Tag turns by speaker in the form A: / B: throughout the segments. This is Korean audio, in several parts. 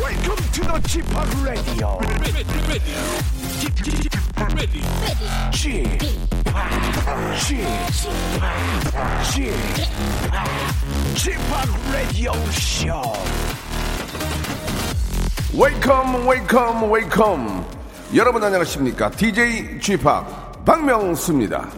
A: Welcome to the g p Hop Radio.
B: ready, ready, ready, ready.
A: g p Hop, g p Hop, g p Hop, g p Hop Radio Show.
C: 웨이컴 웨이컴 웨이컴 여러분 안녕하십니까 DJ g p o p 박명수입니다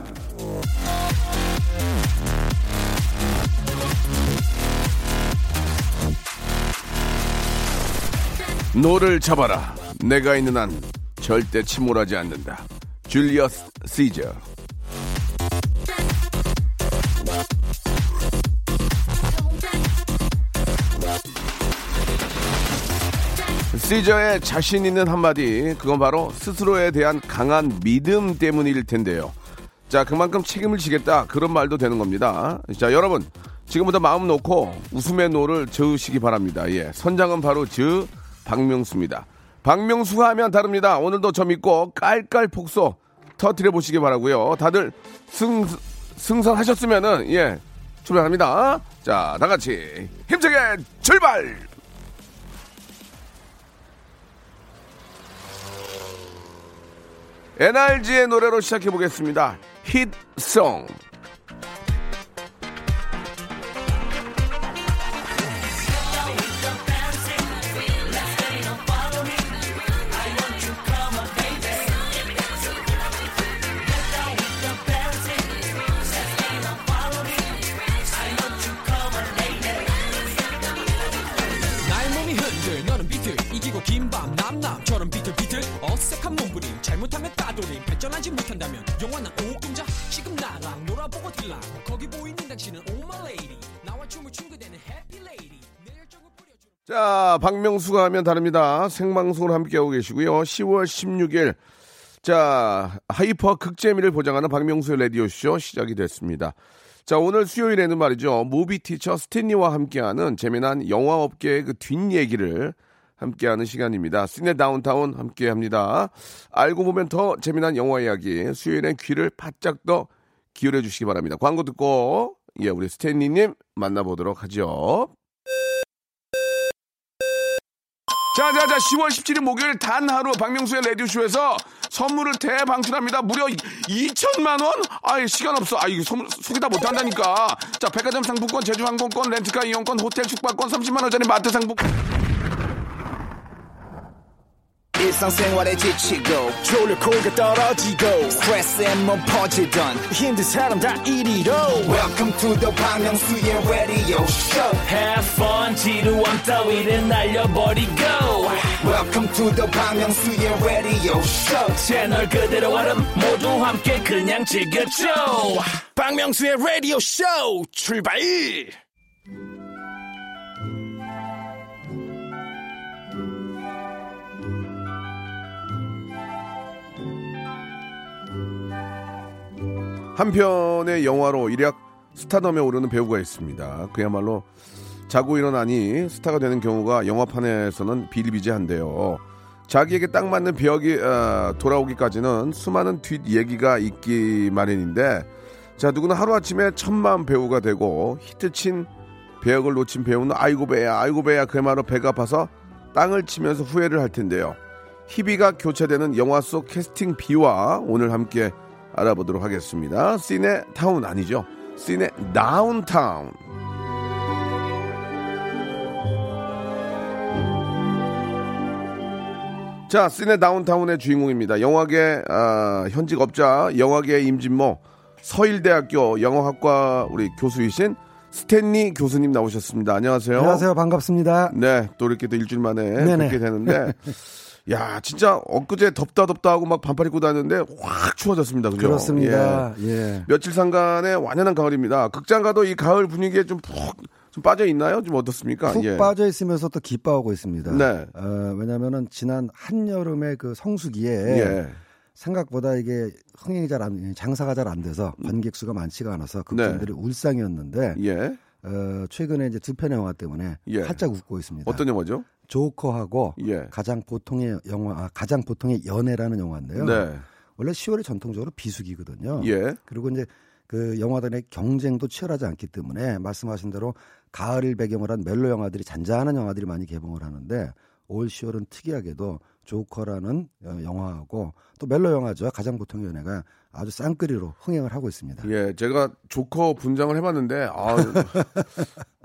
C: 노를 잡아라 내가 있는 한 절대 침몰하지 않는다 줄리어스 시저 시저의 자신 있는 한마디, 그건 바로 스스로에 대한 강한 믿음 때문일 텐데요. 자, 그만큼 책임을 지겠다. 그런 말도 되는 겁니다. 자, 여러분, 지금부터 마음 놓고 웃음의 노를 저으시기 바랍니다. 예, 선장은 바로 저 박명수입니다. 박명수가 하면 다릅니다. 오늘도 저 믿고 깔깔 폭소 터트려 보시기 바라고요 다들 승, 승선하셨으면은, 예, 출발합니다. 자, 다 같이 힘차게 출발! NRG의 노래로 시작해 보겠습니다. 힛송.
B: 나의 몸이 흔들 너는 비틀 이기고 긴밤 남남처럼 비틀비틀 어색한 몸부림 잘못하면 따돌림 발전하지 못한다면 영원한 오금자 지금 나랑 놀아보고 들랑 거기 보이는 당신은 오마레이디 나와 춤을 춘 그대는 해피레이디 내 열정을 뿌려주는
C: 자, 박명수가 하면 다릅니다. 생방송을 함께하고 계시고요. 10월 16일. 자, 하이퍼 극재미를 보장하는 박명수의 라디오쇼 시작이 됐습니다. 자, 오늘 수요일에는 말이죠. 무비 티처 스탠리와 함께하는 재미난 영화업계의 그 뒷얘기를 함께하는 시간입니다. 시네 다운타운 함께합니다. 알고 보면 더 재미난 영화 이야기. 수요일엔 귀를 바짝 더 기울여 주시기 바랍니다. 광고 듣고 예, 우리 스탠리님 만나보도록 하죠. 자, 자, 자, 10월 17일 목요일 단 하루 박명수의 라디오쇼에서 선물을 대방출합니다. 무려 2천만원? 아이, 시간 없어. 아, 이거 선- 소개 다 못한다니까. 자, 백화점 상품권, 제주항공권, 렌트카 이용권, 호텔 숙박권, 30만원짜리 마트 상품권.
D: 일상생활에 지치고,
A: 졸려 코가 떨어지고
D: 스트레스에 몸 퍼지던,
A: 힘든 사람 다 이리로.
D: welcome to the Bang Myung-soo's radio show
E: Have fun 지루함 따위를 날려버리고
D: welcome to the Bang Myung-soo's radio show
E: 채널 그대로 얼음 모두 함께 그냥 즐겨줘
A: 박명수의 라디오 쇼 출발.
C: 한 편의 영화로 일약 스타덤에 오르는 배우가 있습니다. 그야말로 자고 일어나니 스타가 되는 경우가 영화판에서는 비일비재한데요. 자기에게 딱 맞는 배역이 어, 돌아오기까지는 수많은 뒷 얘기가 있기 마련인데 자 누구는 하루아침에 천만 배우가 되고 히트친 배역을 놓친 배우는 아이고 배야 아이고 배야 그야말로 배가 아파서 땅을 치면서 후회를 할 텐데요. 희비가 교체되는 영화 속 캐스팅 비와 오늘 함께 알아보도록 하겠습니다. 시네 타운 아니죠? 시네 다운타운. 자, 시네 다운타운의 주인공입니다. 영화계 아, 현직 업자, 영화계 임진모, 서일대학교 영어학과 우리 교수이신 스탠리 교수님 나오셨습니다. 안녕하세요.
F: 안녕하세요. 반갑습니다.
C: 네, 또 이렇게 또 일주일 만에
F: 네네.
C: 뵙게 되는데, 야, 진짜 엊그제 덥다 덥다 하고 막 반팔 입고 다녔는데 확 추워졌습니다. 그죠?
F: 그렇습니다.
C: 예.
F: 예.
C: 며칠 상간의 완연한 가을입니다. 극장 가도 이 가을 분위기에 좀 푹 좀 빠져 있나요? 좀 어떻습니까? 예.
F: 푹 빠져 있으면서 또 기뻐하고 있습니다.
C: 아, 네.
F: 어, 왜냐면은 지난 한여름의 그 성수기에
C: 예.
F: 생각보다 이게 흥행이 잘 안, 장사가 잘 안 돼서 관객 수가 많지가 않아서 극장들이 울상이었는데
C: 음. 네. 예.
F: 어, 최근에 이제 두 편의 영화 때문에
C: 예.
F: 활짝 웃고 있습니다.
C: 어떤 영화죠?
F: 조커하고
C: 예.
F: 가장 보통의 영화, 아, 가장 보통의 연애라는 영화인데요.
C: 네.
F: 원래 10월이 전통적으로 비수기거든요.
C: 예.
F: 그리고 이제 그 영화단의 경쟁도 치열하지 않기 때문에 말씀하신 대로 가을을 배경으로 한 멜로 영화들이 잔잔한 영화들이 많이 개봉을 하는데 올 10월은 특이하게도 조커라는 어, 영화하고 또 멜로 영화죠. 가장 보통 연애가 아주 쌍끌이로 흥행을 하고 있습니다.
C: 예, 제가 조커 분장을 해봤는데, 아,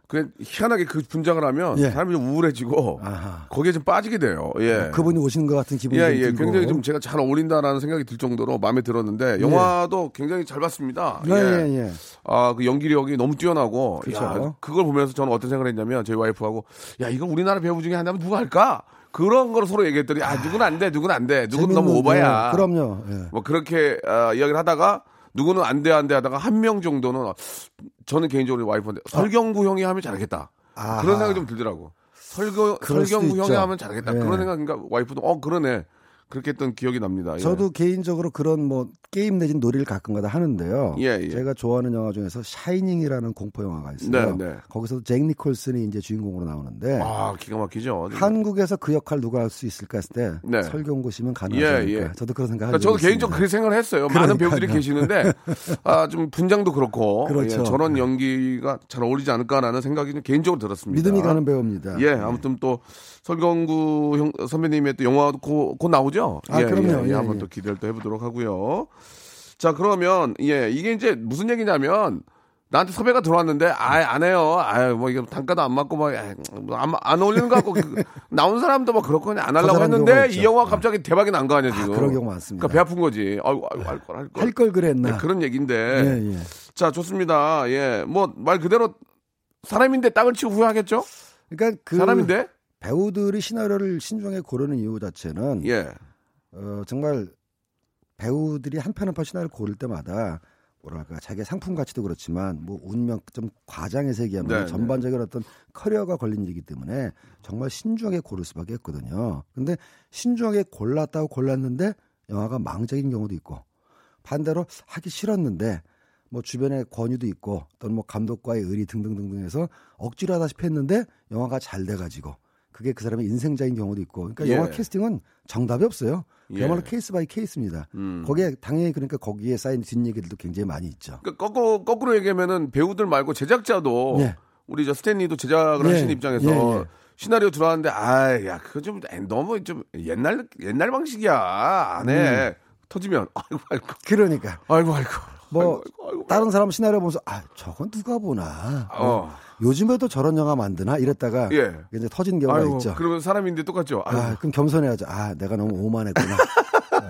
C: 그 희한하게 그 분장을 하면
F: 예.
C: 사람이 좀 우울해지고
F: 아하.
C: 거기에 좀 빠지게 돼요. 예.
F: 그분이 오신 것 같은 기분이
C: 예,
F: 좀
C: 예,
F: 들고.
C: 굉장히 좀 제가 잘 어울린다라는 생각이 들 정도로 마음에 들었는데 영화도 굉장히 잘 봤습니다.
F: 예, 예, 예.
C: 아, 그 연기력이 너무 뛰어나고
F: 그쵸.
C: 야, 그걸 보면서 저는 어떤 생각을 했냐면 저희 와이프하고 야, 이건 우리나라 배우 중에 하나면 누가 할까? 그런 걸 서로 얘기했더니 아, 누군 안 돼. 누군 안 돼. 누군 너무
F: 재밌는,
C: 오바야.
F: 예, 그럼요. 예.
C: 뭐 그렇게 아, 이야기를 하다가 누구는 안 돼 안 돼 하다가 한 명 정도는 저는 개인적으로 와이프한테 설경구 형이 하면 잘하겠다
F: 아. 아하.
C: 그런 생각이 좀 들더라고 설교,
F: 그럴 수도
C: 설경구 형이
F: 있죠.
C: 하면 잘하겠다
F: 예.
C: 그런 생각인가 와이프도 어 그러네 그렇게 했던 기억이 납니다 예.
F: 저도 개인적으로 그런 뭐 게임 내진 놀이를 가끔가다 하는데요.
C: 예, 예.
F: 제가 좋아하는 영화 중에서 샤이닝이라는 공포 영화가 있어요.
C: 네, 네.
F: 거기서 도잭 니콜슨이 이제 주인공으로 나오는데
C: 아 기가 막히죠
F: 한국에서 그 역할 누가 할 수 있을까 했을 때
C: 네.
F: 설경구 씨면 가능하지
C: 예,
F: 않을까.
C: 예.
F: 저도 아, 그런 생각을
C: 그러니까 저도
F: 하고 있습니다.
C: 개인적으로 그렇게 생각을 했어요 많은
F: 그러니까요.
C: 배우들이 계시는데 아 좀 분장도 그렇고
F: 그렇죠.
C: 예, 저런 연기가 잘 어울리지 않을까라는 생각이 좀 개인적으로 들었습니다
F: 믿음이 가는 배우입니다. 네.
C: 예, 아무튼 또 설경구 형, 선배님의 또 영화도 곧, 곧 나오죠?
F: 아,
C: 예, 예,
F: 그럼요.
C: 예,
F: 예,
C: 한번
F: 예.
C: 또 기대를 또 해보도록 하고요. 자, 그러면, 예, 이게 이제 무슨 얘기냐면, 나한테 섭외가 들어왔는데, 아예 안 해요. 아유, 뭐, 이게 단가도 안 맞고, 막, 에이, 뭐 안, 안 어울리는 거 같고, 그, 나온 사람도 막 그렇고, 그냥 안 하려고
F: 거절한 경우가
C: 했는데,
F: 있죠. 네.
C: 이 영화 갑자기 대박이 난 거 아니야,
F: 아,
C: 지금.
F: 그런 경우 많습니다.
C: 그러니까 배 아픈 거지. 아이고, 아이고, 할 걸, 할 걸.
F: 할 걸 그랬나.
C: 네, 그런 얘기인데.
F: 예, 예.
C: 자, 좋습니다. 예, 뭐, 말 그대로, 사람인데 땅을 치고 후회하겠죠?
F: 그러니까 그
C: 사람인데?
F: 배우들이 시나리오를 신중하게 고르는 이유 자체는
C: 예.
F: 어, 정말 배우들이 한 편 한 편 시나리오를 고를 때마다 뭐랄까 자기의 상품 가치도 그렇지만 뭐 운명 좀 과장해서 얘기하면
C: 네,
F: 전반적인 어떤 커리어가 걸린 일이기 때문에 정말 신중하게 고를 수밖에 없거든요. 근데 신중하게 골랐다고 골랐는데 영화가 망적인 경우도 있고 반대로 하기 싫었는데 뭐 주변의 권유도 있고 또는 뭐 감독과의 의리 등등등등해서 억지로 하다시피 했는데 영화가 잘 돼가지고 그게 그 사람의 인생자인 경우도 있고 그러니까
C: 예.
F: 영화 캐스팅은 정답이 없어요. 그야말로
C: 예.
F: 케이스 바이 케이스입니다.
C: 음.
F: 거기에 당연히 그러니까 거기에 쌓인 뒷얘기들도 굉장히 많이 있죠.
C: 그러니까 거꾸로, 거꾸로 얘기하면은 배우들 말고 제작자도
F: 예.
C: 우리 저 스탠리도 제작을
F: 예,
C: 하시는 입장에서
F: 예, 예.
C: 시나리오 들어왔는데 아, 야, 그거 좀 에, 너무 좀 옛날 옛날 방식이야. 안 해.
F: 음.
C: 터지면 아이고 아이고.
F: 그러니까
C: 아이고 아이고.
F: 뭐
C: 아이고, 아이고, 아이고.
F: 다른 사람 시나리오 보면서 아 저건 누가 보나
C: 어.
F: 요즘에도 저런 영화 만드나 이랬다가
C: 예.
F: 이제 터진 경우가
C: 아이고,
F: 있죠.
C: 그러면 사람인데 똑같죠. 아이고.
F: 아, 그럼 겸손해야죠. 아, 내가 너무 오만했구나.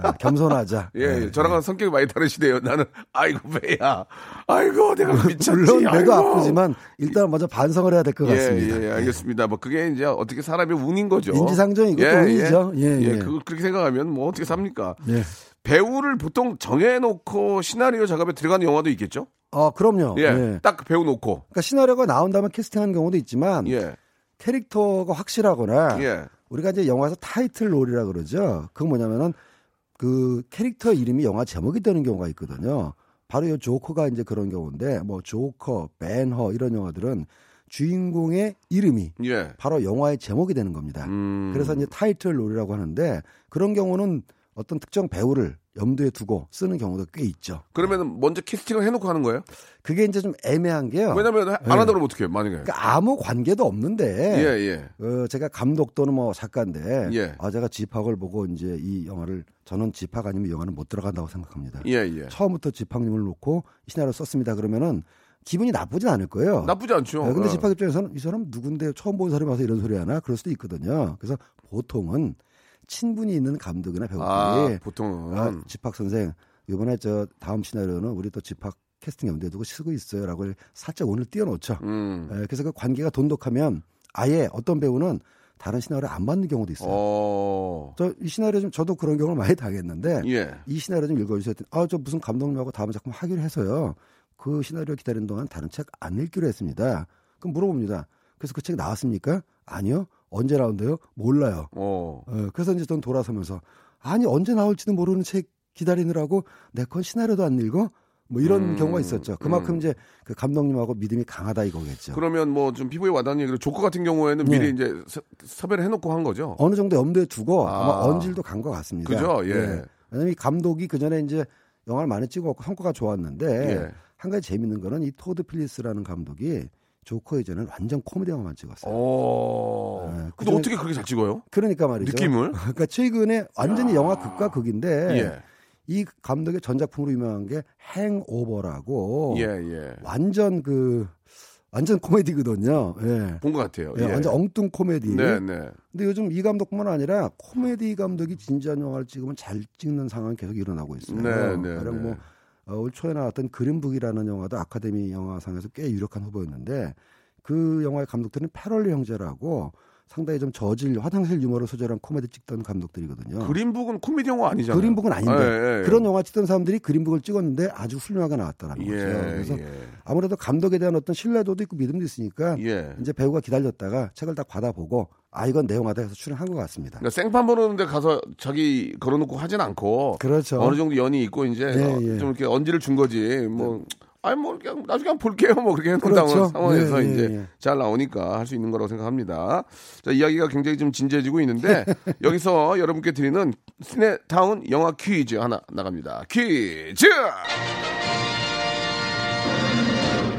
F: 아, 겸손하자.
C: 예,
F: 네.
C: 예, 저랑은 성격이 많이 다르시대요. 나는 아이고 배야. 아이고 내가 미쳤지.
F: 물론
C: 예, 아이고.
F: 배도 아프지만 일단 먼저 반성을 해야 될 것
C: 예,
F: 같습니다. 네.
C: 예, 알겠습니다. 뭐 그게 이제 어떻게 사람의 운인 거죠.
F: 인지상정이고 또 운이죠. 예, 예.
C: 그걸 그렇게 생각하면 뭐 어떻게 삽니까?
F: 예.
C: 배우를 보통 정해놓고 시나리오 작업에 들어가는 영화도 있겠죠?
F: 어, 그럼요.
C: 예,
F: 예.
C: 딱 배우 놓고.
F: 그러니까 시나리오가 나온 다음에 캐스팅하는 경우도 있지만
C: 예,
F: 캐릭터가 확실하거나
C: 예.
F: 우리가 이제 영화에서 타이틀 롤이라 그러죠. 그건 뭐냐면은 그 캐릭터 이름이 영화 제목이 되는 경우가 있거든요. 바로 이 조커가 이제 그런 경우인데 뭐 조커, 벤허 이런 영화들은 주인공의 이름이
C: 예.
F: 바로 영화의 제목이 되는 겁니다.
C: 음.
F: 그래서 이제 타이틀 롤이라고 하는데 그런 경우는 어떤 특정 배우를 염두에 두고 쓰는 경우도 꽤 있죠.
C: 그러면 먼저 캐스팅을 해놓고 하는 거예요?
F: 그게 이제 좀 애매한 게요.
C: 왜냐면 하- 안 한다면 어떻게 해요, 만약에.
F: 아, 예. 그러니까 아무 관계도 없는데
C: 예, 예.
F: 어, 제가 감독 또는 뭐 작가인데
C: 예.
F: 아 제가 집학을 보고 이제 이 영화를 저는 집학 아니면 이 영화는 못 들어간다고 생각합니다.
C: 예, 예.
F: 처음부터 집학님을 놓고 시나리오 썼습니다. 그러면은 기분이 나쁘진 않을 거예요.
C: 나쁘지 않죠.
F: 네, 근데
C: 어.
F: 집합 입장에서는 이 사람 누군데 처음 본 사람이 와서 이런 소리 하나 그럴 수도 있거든요. 그래서 보통은 친분이 있는 감독이나
C: 아,
F: 배우들이
C: 보통은.
F: 아, 집합 선생 이번에 저 다음 시나리오는 우리 또 집합 캐스팅 염두에 두고 쓰고 있어요라고 살짝 오늘 띄워놓죠.
C: 음.
F: 예, 그래서 그 관계가 돈독하면 아예 어떤 배우는 다른 시나리오 안 받는 경우도 있어요.
C: 어.
F: 저 이 시나리오 좀 저도 그런 경우를 많이 당했는데
C: 예.
F: 이 시나리오 좀 읽어주세요. 했더니 아저 무슨 감독님하고 다음 작품 하기로 해서요. 그 시나리오 기다리는 동안 다른 책 안 읽기로 했습니다. 그럼 물어봅니다. 그래서 그 책 나왔습니까? 아니요. 언제 나온대요? 몰라요.
C: 어.
F: 어, 그래서 이제 전 돌아서면서 아니 언제 나올지도 모르는 책 기다리느라고 내 건 시나리오도 안 읽어? 뭐 이런
C: 음,
F: 경우가 있었죠. 그만큼
C: 음.
F: 이제 그 감독님하고 믿음이 강하다 이거겠죠.
C: 그러면 뭐 좀 피부에 와닿는 얘기로 조커 같은 경우에는
F: 예.
C: 미리 이제 서- 섭외를 해놓고 한 거죠.
F: 어느 정도 염두에 두고
C: 아.
F: 아. 마 언질도 간 것 같습니다.
C: 그죠? 예.
F: 왜냐면 이 감독이 그 전에 이제 영화를 많이 찍어갖고 성과가 좋았는데
C: 예.
F: 한 가지 재밌는 거는 이 토드 필리스라는 감독이 조커 이전은 완전 코미디 영화만 찍었어요.
C: 오.
F: 네,
C: 근데
F: 그중에-
C: 어떻게 그렇게 잘 찍어요?
F: 그러니까 말이죠.
C: 느낌을?
F: 그러니까 최근에 완전히 영화 극과 극인데
C: 아. 예.
F: 이 감독의 전작품으로 유명한 게 행오버라고
C: 예, 예.
F: 완전 그 완전 코미디거든요. 예.
C: 본 것 같아요.
F: 예,
C: 예.
F: 완전 엉뚱 코미디.
C: 네, 네.
F: 근데 요즘 이 감독뿐만 아니라 코미디 감독이 진지한 영화를 찍으면 잘 찍는 상황이 계속 일어나고 있어요.
C: 네, 네,
F: 가령
C: 네.
F: 뭐 어, 올 초에 나왔던 그린북이라는 영화도 아카데미 영화상에서 꽤 유력한 후보였는데 그 영화의 감독들은 페럴리 형제라고 상당히 좀 저질 화장실 유머를 소재로 한 코미디 찍던 감독들이거든요.
C: 그린북은 코미디 영화 아니잖아요.
F: 어. 그린북은 아닌데
C: 예, 예, 예.
F: 그런 영화 찍던 사람들이 그린북을 찍었는데 아주 훌륭하게 나왔다라는
C: 예,
F: 거죠. 그래서
C: 예.
F: 아무래도 감독에 대한 어떤 신뢰도도 있고 믿음도 있으니까
C: 예.
F: 이제 배우가 기다렸다가 책을 딱 받아보고 아 이건 내용하다 해서 출연한 것 같습니다.
C: 그러니까 생판 보는데 가서 자기 걸어놓고 하진 않고
F: 그렇죠.
C: 어느 정도 연이 있고 이제
F: 예,
C: 어,
F: 예. 네.
C: 좀 이렇게 언지를 준 거지 뭐 아니 뭐 그냥 나중에 한번 볼게요 뭐 그렇게 해놓은
F: 그렇죠.
C: 상황에서
F: 예, 예,
C: 이제
F: 예.
C: 잘 나오니까 할 수 있는 거라고 생각합니다. 자 이야기가 굉장히 좀 진지해지고 있는데 여기서 여러분께 드리는 스네타운 영화 퀴즈 하나 나갑니다. 퀴즈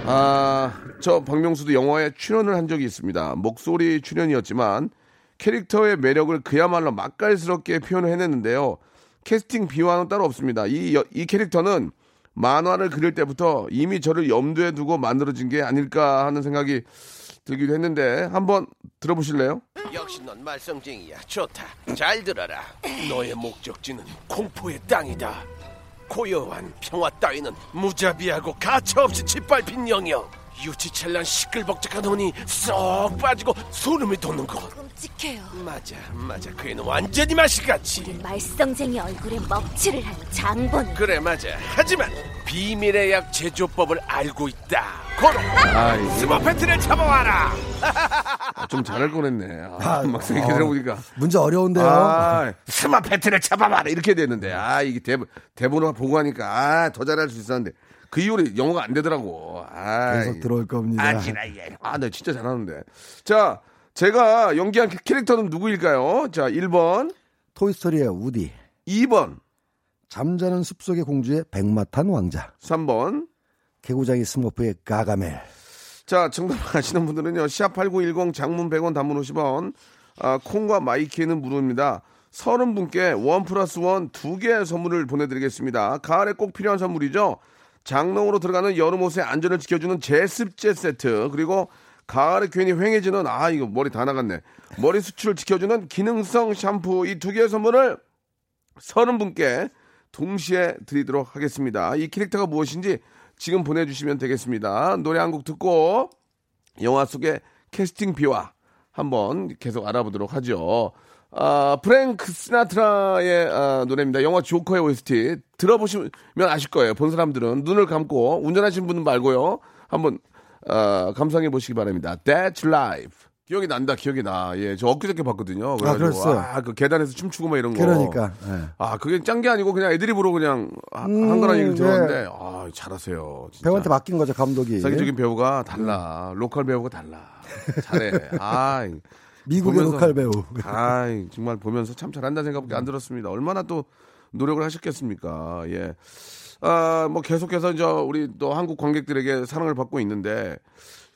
C: 아, 저 박명수도 영화에 출연을 한 적이 있습니다. 목소리 출연이었지만 캐릭터의 매력을 그야말로 맛깔스럽게 표현을 해냈는데요. 캐스팅 비화는 따로 없습니다. 이, 여- 이 캐릭터는 만화를 그릴 때부터 이미 저를 염두에 두고 만들어진 게 아닐까 하는 생각이 들기도 했는데 한번 들어보실래요?
A: 역시 넌 말썽쟁이야. 좋다. 잘 들어라. 너의 목적지는 공포의 땅이다. 고요한 평화 따위는 무자비하고 가차없이 짓밟힌 영역. 유치찬란 시끌벅적한 혼이 쏙 빠지고 소름이 돋는 곳.
G: 끔찍해요.
A: 맞아, 맞아. 그 애는 완전히 맛이같이.
G: 말썽쟁이 얼굴에 먹칠을 한 장본인.
A: 그래, 맞아. 하지만 비밀의 약 제조법을 알고 있다. 고로
C: 아이,
A: 스모패트를 잡아와라.
C: 좀 잘할 뻔했네. 아, 막상 이렇게 들어보니까.
F: 문제 어려운데요. 네,
C: 아, 스마패트를 잡아봐라 이렇게 되는데 아 이게 대본 대본을 보고 하니까 아더 잘할 수 있었는데 그 이후로 영어가 안 되더라고. 아,
F: 계속 들어올 겁니다.
C: 아나 진짜 잘하는데. 자 제가 연기한 캐- 캐릭터는 누구일까요? 자 1번,
F: 토이스토리의 우디,
C: 2번,
F: 잠자는 숲속의 공주의 백마탄 왕자,
C: 3번.
F: 개구장이 스모프의 가가멜.
C: 자 정답 아시는 분들은요 시합 8910 장문 100원 단문 50원 아, 콩과 마이키는 무료입니다. 30분께 원 플러스 원 두 개의 선물을 보내드리겠습니다. 가을에 꼭 필요한 선물이죠. 장롱으로 들어가는 여름옷의 안전을 지켜주는 제습제 세트 그리고 가을에 괜히 휑해지는 아 이거 머리 다 나갔네 머리 수치를 지켜주는 기능성 샴푸 이 두 개의 선물을 30분께 동시에 드리도록 하겠습니다. 이 캐릭터가 무엇인지 지금 보내주시면 되겠습니다. 노래 한 곡 듣고 영화 속의 캐스팅 비와 한번 계속 알아보도록 하죠. 아, 프랭크 스나트라의 아, 노래입니다. 영화 조커의 OST 들어보시면 아실 거예요. 본 사람들은 눈을 감고 운전하시는 분 말고요. 한번 아, 감상해 보시기 바랍니다. That's Life. 기억이 난다, 기억이 나. 예, 저 엊그저께 봤거든요. 그래가지고
F: 그랬어요?
C: 아, 그 계단에서 춤추고 막 이런 거.
F: 그러니까 예.
C: 아, 그게 짠 게 아니고 그냥 애드립으로 그냥 하- 한
F: 음,
C: 거라 얘기를
F: 네.
C: 들었는데, 아, 잘하세요. 진짜.
F: 배우한테 맡긴 거죠 감독이.
C: 세계적인 배우가 달라. 로컬 배우가 달라. 잘해. 아,
F: 미국의
C: 보면서-
F: 로컬 배우.
C: 아, 정말 보면서 참 잘한다는 생각밖에 안 들었습니다. 얼마나 또 노력을 하셨겠습니까? 예. 아, 뭐 계속해서 이제 우리 또 한국 관객들에게 사랑을 받고 있는데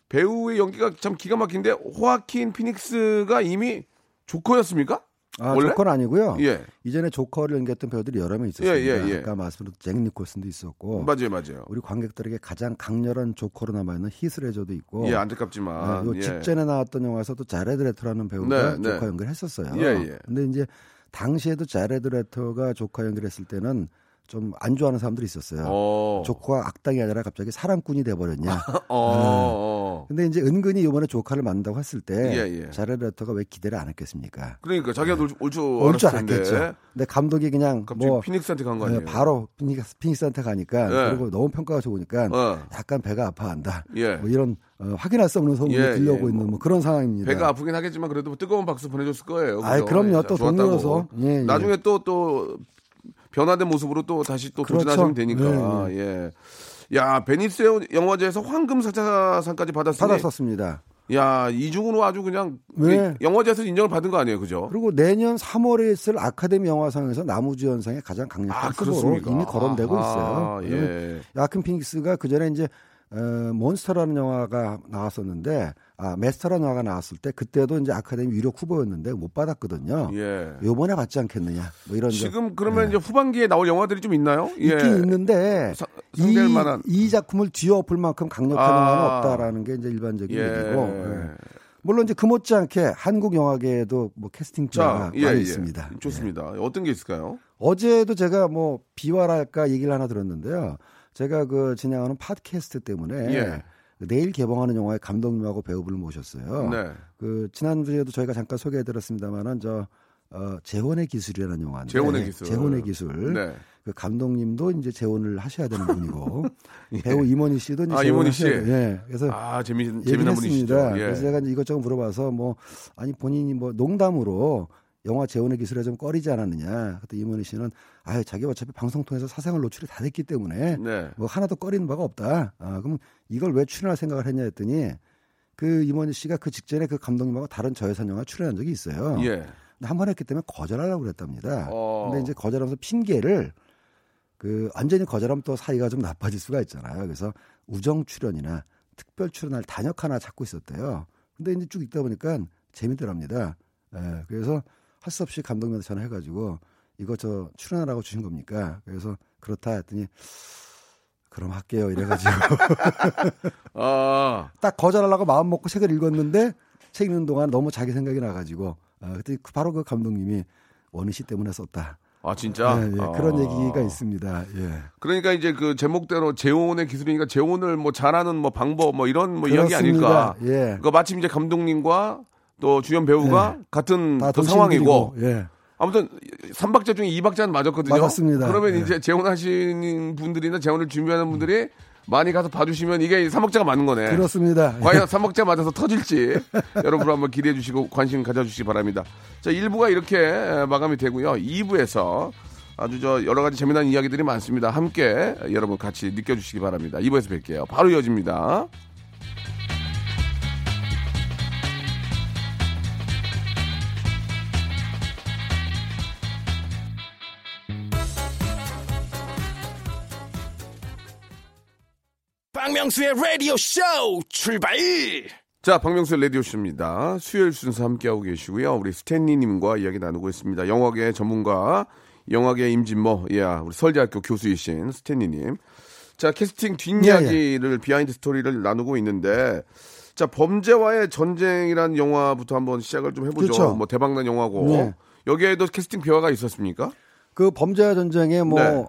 C: 배우의 연기가 참 기가 막힌데 호아킨 피닉스가 이미 조커였습니까?
F: 아,
C: 원래?
F: 조커는 아니고요.
C: 예.
F: 이전에 조커를 연기했던 배우들이 여러 명 있었습니다.
C: 예, 예, 예.
F: 아까 말씀드린 잭 니콜슨도 있었고
C: 맞아요, 맞아요.
F: 우리 관객들에게 가장 강렬한 조커로 남아있는 히스레저도 있고
C: 예,
F: 아,
C: 안타깝지만.
F: 요
C: 예.
F: 직전에 나왔던 영화에서 또 자레드 레터라는 배우가
C: 네, 네.
F: 조카 연기를 했었어요.
C: 예, 예.
F: 근데 이제 당시에도 자레드 레터가 조카 연기했을 를 때는 좀 안 좋아하는 사람들이 있었어요.
C: 어.
F: 조카가 아. 악당이 아니라 갑자기 사랑꾼이 돼버렸냐.
C: 어.
F: 근데 이제 은근히 이번에 조카를 만든다고 했을 때
C: 예, 예.
F: 자레드 레터가 왜 기대를 안 했겠습니까?
C: 그러니까 자기가 올줄
F: 올 줄
C: 텐데
F: 알았겠죠. 근데 감독이 그냥
C: 네. 갑자기
F: 뭐
C: 피닉스한테 간 거
F: 네,
C: 아니에요?
F: 바로 피닉스, 피닉스한테 가니까
C: 예.
F: 그리고 너무 평가가 좋으니까
C: 어.
F: 약간 배가 아파한다.
C: 예.
F: 뭐 이런 어, 확인할 수 없는 소문이
C: 예,
F: 들려오고
C: 예,
F: 있는 뭐 그런 상황입니다.
C: 배가 아프긴 하겠지만 그래도 뜨거운 박수 보내줬을 거예요.
F: 아이, 그럼요. 또
C: 좋았다고.
F: 동료로서. 예, 예.
C: 나중에 또 또 변화된 모습으로 또 다시 또
F: 그렇죠. 네.
C: 도전하시면 되니까. 예. 야 베니스 영화제에서 황금 사자상까지 받았으니.
F: 받았었습니다.
C: 야 이중으로 아주 그냥
F: 네.
C: 영화제에서 인정을 받은 거 아니에요, 그죠?
F: 그리고 내년 3월에 있을 아카데미 영화상에서 나무주연상의 가장 강력한
C: 아,
F: 후보로
C: 그렇습니까?
F: 이미 거론되고
C: 아하,
F: 있어요.
C: 예.
F: 야큰 피닉스가 그 전에 이제 어, 몬스터라는 영화가 나왔었는데 아 메스터라는 영화가 나왔을 때 그때도 이제 아카데미 유력 후보였는데 못 받았거든요.
C: 예.
F: 요번에 받지 않겠느냐 뭐 이런 좀
C: 지금 그러면 이제 후반기에 나올 영화들이 좀 있나요? 예.
F: 있긴 있는데
C: 사-
F: 이,
C: 상대할 만한-
F: 이 작품을 뒤엎을 만큼 강력한
C: 아.
F: 영화는 없다라는 게 이제 일반적인
C: 예.
F: 얘기고 예. 물론 이제 그 못지않게 한국 영화계에도 뭐 캐스팅
C: 자,
F: 플레이가
C: 예,
F: 많이
C: 예.
F: 있습니다. 네.
C: 좋습니다. 어떤 게 있을까요?
F: 어제도 제가 뭐 비활할까 얘기를 하나 들었는데요. 제가 그 진행하는 팟캐스트 때문에
C: 예.
F: 내일 개봉하는 영화의 감독님하고 배우분을 모셨어요.
C: 네.
F: 그 지난주에도 저희가 잠깐 소개해드렸습니다만은 저 어, 재혼의 기술이라는 영화인데
C: 재혼의 기술.
F: 재혼의 기술.
C: 네.
F: 그 감독님도 이제 재혼을 하셔야 되는 분이고 배우 이모니 씨도 이제
C: 예. 아,
F: 재혼을
C: 이모니
F: 하셔야
C: 씨.
F: 돼요. 예. 그래서
C: 아, 재미
F: 얘기를
C: 재미난 분이시죠.
F: 했습니다.
C: 예.
F: 그래서 제가 이제 이것저것 물어봐서 뭐 아니 본인이 뭐 농담으로 영화 재혼의 기술에 좀 꺼리지 않았느냐. 그때 이문희 씨는 아유 자기 어차피 방송 통해서 사생활 노출이 다 됐기 때문에
C: 네.
F: 뭐 하나도 꺼리는 바가 없다. 아, 그럼 이걸 왜 출연할 생각을 했냐 했더니 그 이문희 씨가 그 직전에 그 감독님하고 다른 저예산 영화 출연한 적이 있어요.
C: 예.
F: 근데 한 번 했기 때문에 거절하려고 그랬답니다.
C: 어.
F: 근데 이제 거절하면서 핑계를 그 완전히 거절하면 또 사이가 좀 나빠질 수가 있잖아요. 그래서 우정 출연이나 특별 출연할 단역 하나 찾고 있었대요. 근데 이제 쭉 읽다 보니까 재밌더랍니다. 예, 그래서 할 수 없이 감독님한테 전화해가지고 이거 저 출연하라고 주신 겁니까? 그래서 그렇다 했더니 그럼 할게요 이래가지고
C: 아,
F: 딱 거절하려고 마음 먹고 책을 읽었는데 책 읽는 동안 너무 자기 생각이 나가지고 아, 그때 그- 바로 그 감독님이 원희 씨 때문에 썼다.
C: 아 진짜.
F: 예, 예,
C: 아.
F: 그런 얘기가 있습니다. 예.
C: 그러니까 이제 그 제목대로 재혼의 기술이니까 재혼을 뭐 잘하는 뭐 방법 뭐 이런 뭐 이야기
F: 그렇습니다.
C: 아닐까.
F: 예.
C: 그거 마침 이제 감독님과 또 주연 배우가 같은
F: 네. 다
C: 또
F: 동심들이고,
C: 음, 그 상황이고
F: 예.
C: 아무튼 3박자 중에 2박자는 맞았거든요.
F: 맞았습니다.
C: 그러면
F: 예.
C: 이제 재혼하시는 분들이나 재혼을 준비하는 분들이 많이 가서 봐주시면 이게 3박자가 맞는 거네.
F: 그렇습니다. 예.
C: 과연 3박자 맞아서 터질지 여러분 한번 기대해 주시고 관심 가져주시기 바랍니다. 자, 1부가 이렇게 마감이 되고요. 2부에서 아주 저 여러 가지 재미난 이야기들이 많습니다. 함께 여러분 같이 느껴주시기 바랍니다. 2부에서 뵐게요. 바로 이어집니다.
E: 박명수의 라디오 쇼 출발
C: 자, 박명수 라디오 쇼입니다. 수요일 순서 함께하고 계시고요. 우리 스탠리님과 이야기 나누고 있습니다. 영화계 전문가, 영화계 임진모, 예, 우리 서울대학교 교수이신 스탠리님. 자, 캐스팅
F: 예,
C: 뒷이야기를 비하인드 스토리를 나누고 있는데, 자, 범죄와의 전쟁이란 영화부터 한번 시작을 좀 해보죠.
F: 그렇죠.
C: 뭐 대박난 영화고.
F: 네.
C: 여기에도 캐스팅 배화가 있었습니까?
F: 그 범죄와 전쟁에 뭐
C: 네.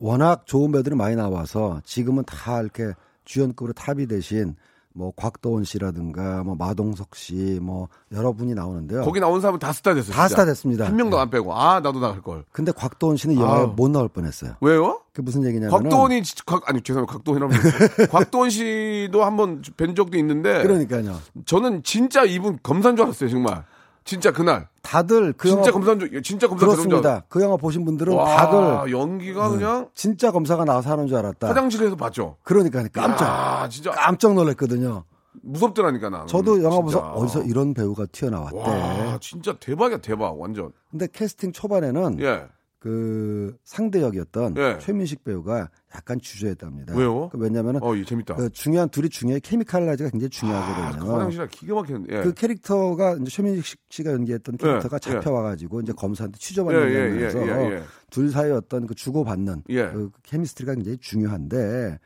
F: 워낙 좋은 배들이 많이 나와서 지금은 다 이렇게 주연급으로 탑이 대신 뭐 곽도원 씨라든가 뭐 마동석 씨 뭐 여러분이 나오는데요.
C: 거기 나온 사람은 다 스타 됐어요.
F: 다
C: 진짜.
F: 스타 됐습니다.
C: 한 명도
F: 예.
C: 안 빼고. 아, 나도 나갈 걸.
F: 근데 곽도원 씨는 이 영화에
C: 아유.
F: 못 나올 뻔했어요.
C: 왜요?
F: 네, 그게 무슨 얘기냐면
C: 곽도원이 지- 곽, 아니 죄송합니다 곽도원이라면 곽도원 씨도 한번 뵌 적도 있는데
F: 그러니까요.
C: 저는 진짜 이분 검사인 줄 알았어요 정말 진짜 그날
F: 다들 그
C: 진짜
F: 영화
C: 검사인 줄 예, 진짜 검사 그런 줄
F: 그렇습니다. 네. 그 영화 보신 분들은
C: 알았어요. 와
F: 다들
C: 연기가 그냥
F: 진짜 검사가 나와서 하는 줄 알았다.
C: 화장실에서 봤죠
F: 그러니까 네. 깜짝
C: 아 진짜
F: 깜짝 놀랐거든요.
C: 무섭더라니까 나
F: 저도 영화 보면서 어디서 이런 네. 배우가 튀어나왔대.
C: 음, 와 진짜 대박이야 대박 완전
F: 근데 캐스팅 초반에는
C: 예
F: 그 상대 역이었던
C: 예.
F: 최민식 배우가 약간 주저했답니다.
C: 왜요?
F: 그 왜냐면은
C: 어이 재밌다
F: 그 중요한 둘이 중요해 케미칼라이즈가 굉장히
C: 아, 그
F: 중요하거든요.
C: 화장실이 기가 막혔는데 예.
F: 그 캐릭터가 이제 최민식 씨가 연기했던 캐릭터가
C: 예,
F: 잡혀와가지고 이제 검사한테
C: 예, 예,
F: 취조받는 장면에서
C: 예, 예, 예.
F: 둘 사이 어떤 그 주고받는
C: 예.
F: 그 케미스트리가 굉장히 중요한데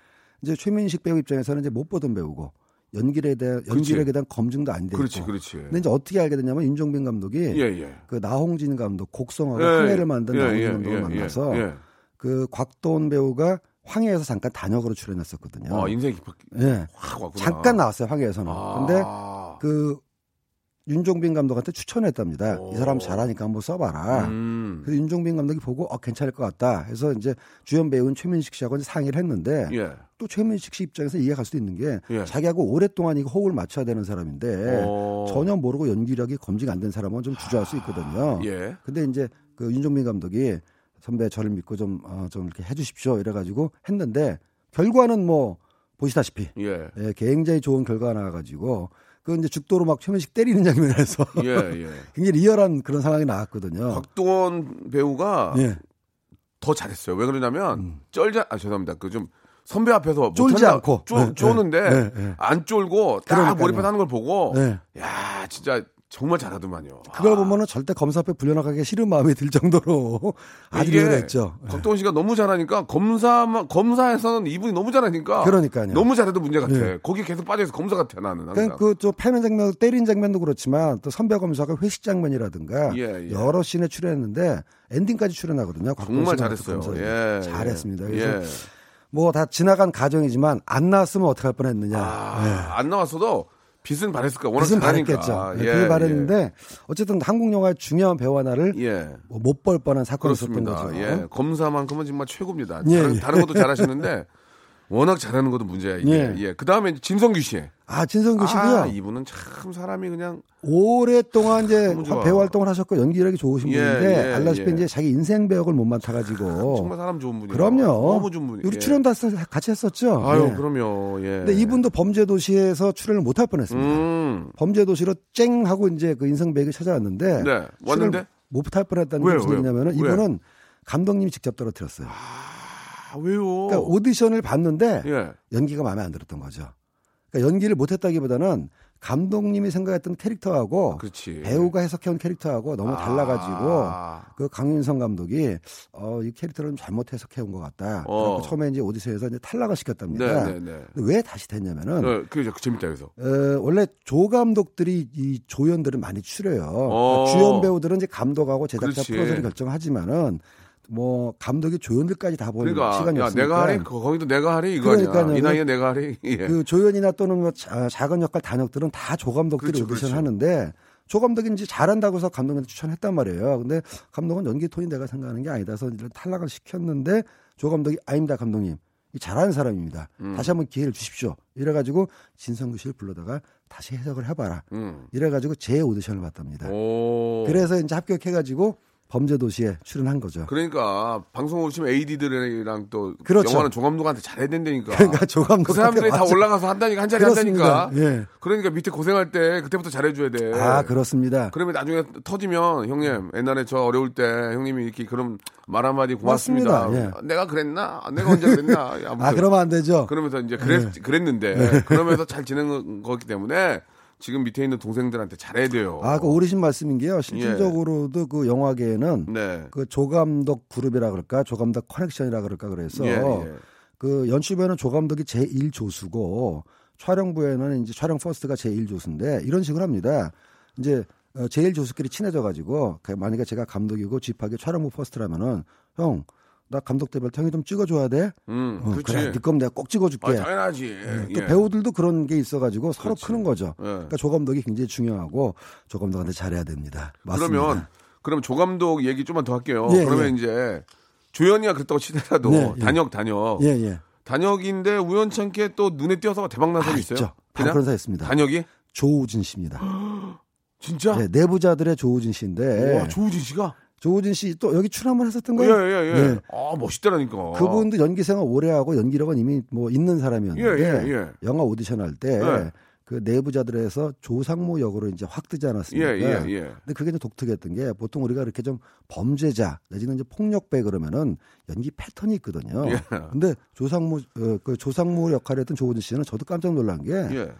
F: 이제 최민식 배우 입장에서는 이제 못 보던 배우고 연기에 대한 연기력에 대한 검증도 안 되고
C: 그렇지 그렇지
F: 근데 이제 어떻게 알게 됐냐면 윤종빈 감독이
C: 예예
F: 그 나홍진 감독 곡성하고
C: 예,
F: 황해를 그 만든
C: 예,
F: 나홍진
C: 예,
F: 감독을
C: 예,
F: 만나서
C: 예, 예.
F: 그 곽도원 배우가 황해에서 잠깐 단역으로 출연했었거든요.
C: 아 인생이 확-
F: 예.
C: 확 왔구나
F: 어. 잠깐 나왔어요 황해에서는. 뭐. 근데
C: 아.
F: 그 윤종빈 감독한테 추천했답니다.
C: 오.
F: 이 사람 잘하니까 한번 써봐라.
C: 음.
F: 그래서 윤종빈 감독이 보고 어 괜찮을 것 같다. 해서 이제 주연 배우인 최민식 씨하고 이제 상의를 했는데
C: 예.
F: 또 최민식 씨 입장에서 이해가 갈 수도 있는 게
C: 예.
F: 자기하고 오랫동안 이거 호흡을 맞춰야 되는 사람인데
C: 어.
F: 네, 전혀 모르고 연기력이 검증 안 된 사람은 좀 주저할 수 있거든요.
C: 예.
F: 근데 이제 그 윤종민 감독이 선배 저를 믿고 좀, 어, 좀 이렇게 해주십시오. 이래가지고 했는데 결과는 뭐 보시다시피
C: 예.
F: 예, 굉장히 좋은 결과가 나와가지고 그 이제 죽도로 막 최민식 때리는 장면에서
C: 예, 예.
F: 굉장히 리얼한 그런 상황이 나왔거든요.
C: 곽동원 배우가
F: 예. 음.
C: 더 잘했어요. 왜 그러냐면 쩔자 아 죄송합니다. 그 좀 선배 앞에서 못
F: 쫄지
C: 한다-
F: 않고.
C: 쪼,
F: 네,
C: 쪼는데
F: 네, 네.
C: 안 쫄고 딱
F: 그러니까요.
C: 몰입해서 하는 걸 보고
F: 네.
C: 야 진짜 정말 잘하더만요.
F: 그걸
C: 아,
F: 보면은 절대 검사 앞에 불려나가기 싫은 마음이 들 정도로 아주
C: 이게
F: 노래가 있죠. 그러니까 네.
C: 곽동원 씨가 너무 잘하니까 검사만 검사에서는 이분이 너무 잘하니까
F: 그러니까요.
C: 너무 잘해도 문제 같아.
F: 네. 거기
C: 거기 계속 빠져서 검사 같아 나는 항상.
F: 그러니까 그저 패는 장면, 때린 장면도 그렇지만 또 선배 검사가 회식 장면이라든가
C: 예, 예.
F: 여러 씬에 출연했는데 엔딩까지 출연하거든요.
C: 정말
F: 곽동원 씨가
C: 잘했어요.
F: 검사.
C: 예,
F: 잘했습니다.
C: 예.
F: 그래서
C: 예.
F: 뭐 다 지나간 가정이지만 안 나왔으면 어떻게 할 뻔했느냐.
C: 아, 안 나왔어도 빚은 바랬을까.
F: 예.
C: 워낙
F: 그것은
C: 잘하니까.
F: 바랬겠죠. 예,
C: 예,
F: 그게 바랬는데 어쨌든 한국 영화의 중요한 배우 하나를 뭐
C: 예. 예.
F: 못 볼 뻔한 사건이 있었던
C: 그렇습니다.
F: 거죠.
C: 예. 검사만큼은 정말 최고입니다.
F: 예,
C: 다른,
F: 예.
C: 다른 것도 잘하시는데 워낙 잘하는 것도 문제야. 이게.
F: 예.
C: 예. 그다음에 진성규 씨.
F: 아 진성규 씨도요.
C: 아, 이분은 참 사람이 그냥
F: 오랫동안 이제
C: 너무 좋아.
F: 배우 활동을 하셨고 연기력이 좋으신
C: 예,
F: 분인데
C: 예,
F: 알다시피
C: 예.
F: 이제 자기 인생 배역을 못
C: 정말
F: 맡아가지고
C: 사람 좋은 분이에요.
F: 어. 그럼요.
C: 너무 좋은 분이에요.
F: 우리
C: 예.
F: 출연도 같이 했었죠.
C: 아유,
F: 예.
C: 그럼요. 예.
F: 근데 이분도 범죄도시에서 출연을 못 할 뻔했습니다.
C: 음.
F: 범죄도시로 쨍 하고 이제 그 인생 배역을 찾아왔는데
C: 네, 왔는데?
F: 출연을 못할 뻔했다는 게
C: 왜요,
F: 무슨
C: 왜요?
F: 얘기냐면은
C: 왜?
F: 이분은 감독님이 직접 떨어뜨렸어요.
C: 아, 왜요?
F: 그러니까 오디션을 봤는데
C: 예.
F: 연기가 마음에 안 들었던 거죠. 그러니까 연기를 못했다기보다는 감독님이 생각했던 캐릭터하고
C: 그렇지.
F: 배우가 해석해온 캐릭터하고 너무 달라가지고
C: 아.
F: 그 강윤성 감독이 어, 이 캐릭터를 좀 잘못 해석해온 것 같다.
C: 어.
F: 그래서 처음에 이제 오디션에서 이제 탈락을 시켰답니다.
C: 네, 네, 네.
F: 근데 왜 다시 됐냐면은
C: 어, 그, 그 재밌다 여기서.
F: 어, 원래 조 감독들이 이 조연들을 많이 추려요. 그러니까
C: 어.
F: 주연 배우들은 이제 감독하고 제작자
C: 그렇지.
F: 프로듀서를 결정하지만은 뭐 감독이 조연들까지 다 보는
C: 그러니까
F: 시간이
C: 야,
F: 없으니까
C: 내가 하래 거- 거기도 내가 하래 이거 아니야.
F: 그러니까요.
C: 이 나이에 내가 하래. 예.
F: 그 조연이나 또는 뭐 자- 작은 역할 단역들은 다 조 감독들이
C: 그렇죠,
F: 오디션
C: 그렇죠.
F: 하는데 조 감독이 이제 잘한다고 해서 감독한테 추천했단 말이에요. 근데 감독은 연기 톤이 내가 생각하는 게 아니다서 이제 탈락을 시켰는데 조 감독이 아닙니다 감독님 이 잘하는 사람입니다.
C: 음.
F: 다시 한번 기회를 주십시오. 이래가지고 진성규 씨를 불러다가 다시 해석을 해봐라.
C: 음.
F: 이래가지고 제 오디션을 봤답니다.
C: 오.
F: 그래서 이제 합격해가지고 범죄도시에 출연한 거죠.
C: 그러니까 방송 오시면 AD들이랑 또
F: 그렇죠.
C: 영화는 조감독한테 잘해야 된다니까.
F: 그러니까 조 감독한테
C: 그 사람들이 다
F: 맞죠.
C: 올라가서 한다니까 한 자리
F: 그렇습니다.
C: 한다니까.
F: 예.
C: 그러니까 밑에 고생할 때 그때부터 잘해줘야 돼.
F: 아 그렇습니다.
C: 러면 나중에 터지면 형님 옛날에 저 어려울 때 형님이 이렇게 그런 말 한마디 고맙습니다.
F: 맞습니다. 예.
C: 내가 그랬나? 내가 언제 그랬나? 아무튼
F: 아 그러면 안 되죠.
C: 그러면서 이제 그랬,
F: 네.
C: 그랬는데 그러면서 잘 지낸 거기 때문에 지금 밑에 있는 동생들한테 잘해야 돼요.
F: 아, 그 옳으신 말씀인 게요. 실질적으로도 그 영화계에는
C: 네.
F: 그 조감독 그룹이라 그럴까, 조감독 커넥션이라 그럴까 그래서
C: 예, 예.
F: 그 연출부에는 조감독이 제1조수고 촬영부에는 이제 촬영 퍼스트가 제1조수인데 이런 식으로 합니다. 이제 어, 제1조수끼리 친해져 가지고 그 만약에 제가 감독이고 집하게 촬영부 퍼스트라면은 형, 나 감독 대별 형이 좀 찍어줘야 돼?
C: 음,
F: 어,
C: 그렇지.
F: 그래, 네껌 내가 꼭 찍어줄게. 네,
C: 아, 당연하지.
F: 또
C: 예.
F: 배우들도 그런 게 있어가지고 서로
C: 그렇지.
F: 크는 거죠.
C: 예.
F: 그러니까 조 감독이 굉장히 중요하고 조 감독한테 잘해야 됩니다. 맞습니다.
C: 그러면 그럼 조 감독 얘기 좀만 더 할게요.
F: 예,
C: 그러면
F: 예.
C: 이제 조연이가 그랬다고 치더라도
F: 예, 예.
C: 단역 단역
F: 예, 예.
C: 단역인데 우연찮게 또 눈에 띄어서 대박 난 사람이 아, 있어요.
F: 아, 있죠. 바로 그런 사람 있습니다.
C: 단역이
F: 조우진 씨입니다.
C: 진짜
F: 네, 내부자들의 조우진 씨인데
C: 와 조우진 씨가
F: 조우진 씨 또 여기 출연을 했었던 거예요.
C: 예예예
F: 네. 네.
C: 아 멋있다라니까
F: 그분도 연기 생활 오래 하고 연기력은 이미 뭐 있는 사람이었는데
C: 예, 예, 예.
F: 영화 오디션 할 때 그
C: 예.
F: 내부자들에서 조상모 역으로 이제 확 뜨지 않았습니까?
C: 예예예 예,
F: 근데 그게 좀 독특했던 게 보통 우리가 이렇게 좀 범죄자 내지는 이제 폭력배 그러면은 연기 패턴이 있거든요.
C: 예.
F: 근데 조상모 어, 그 조상모 역할을 했던 조우진 씨는 저도 깜짝 놀란 게
C: 예.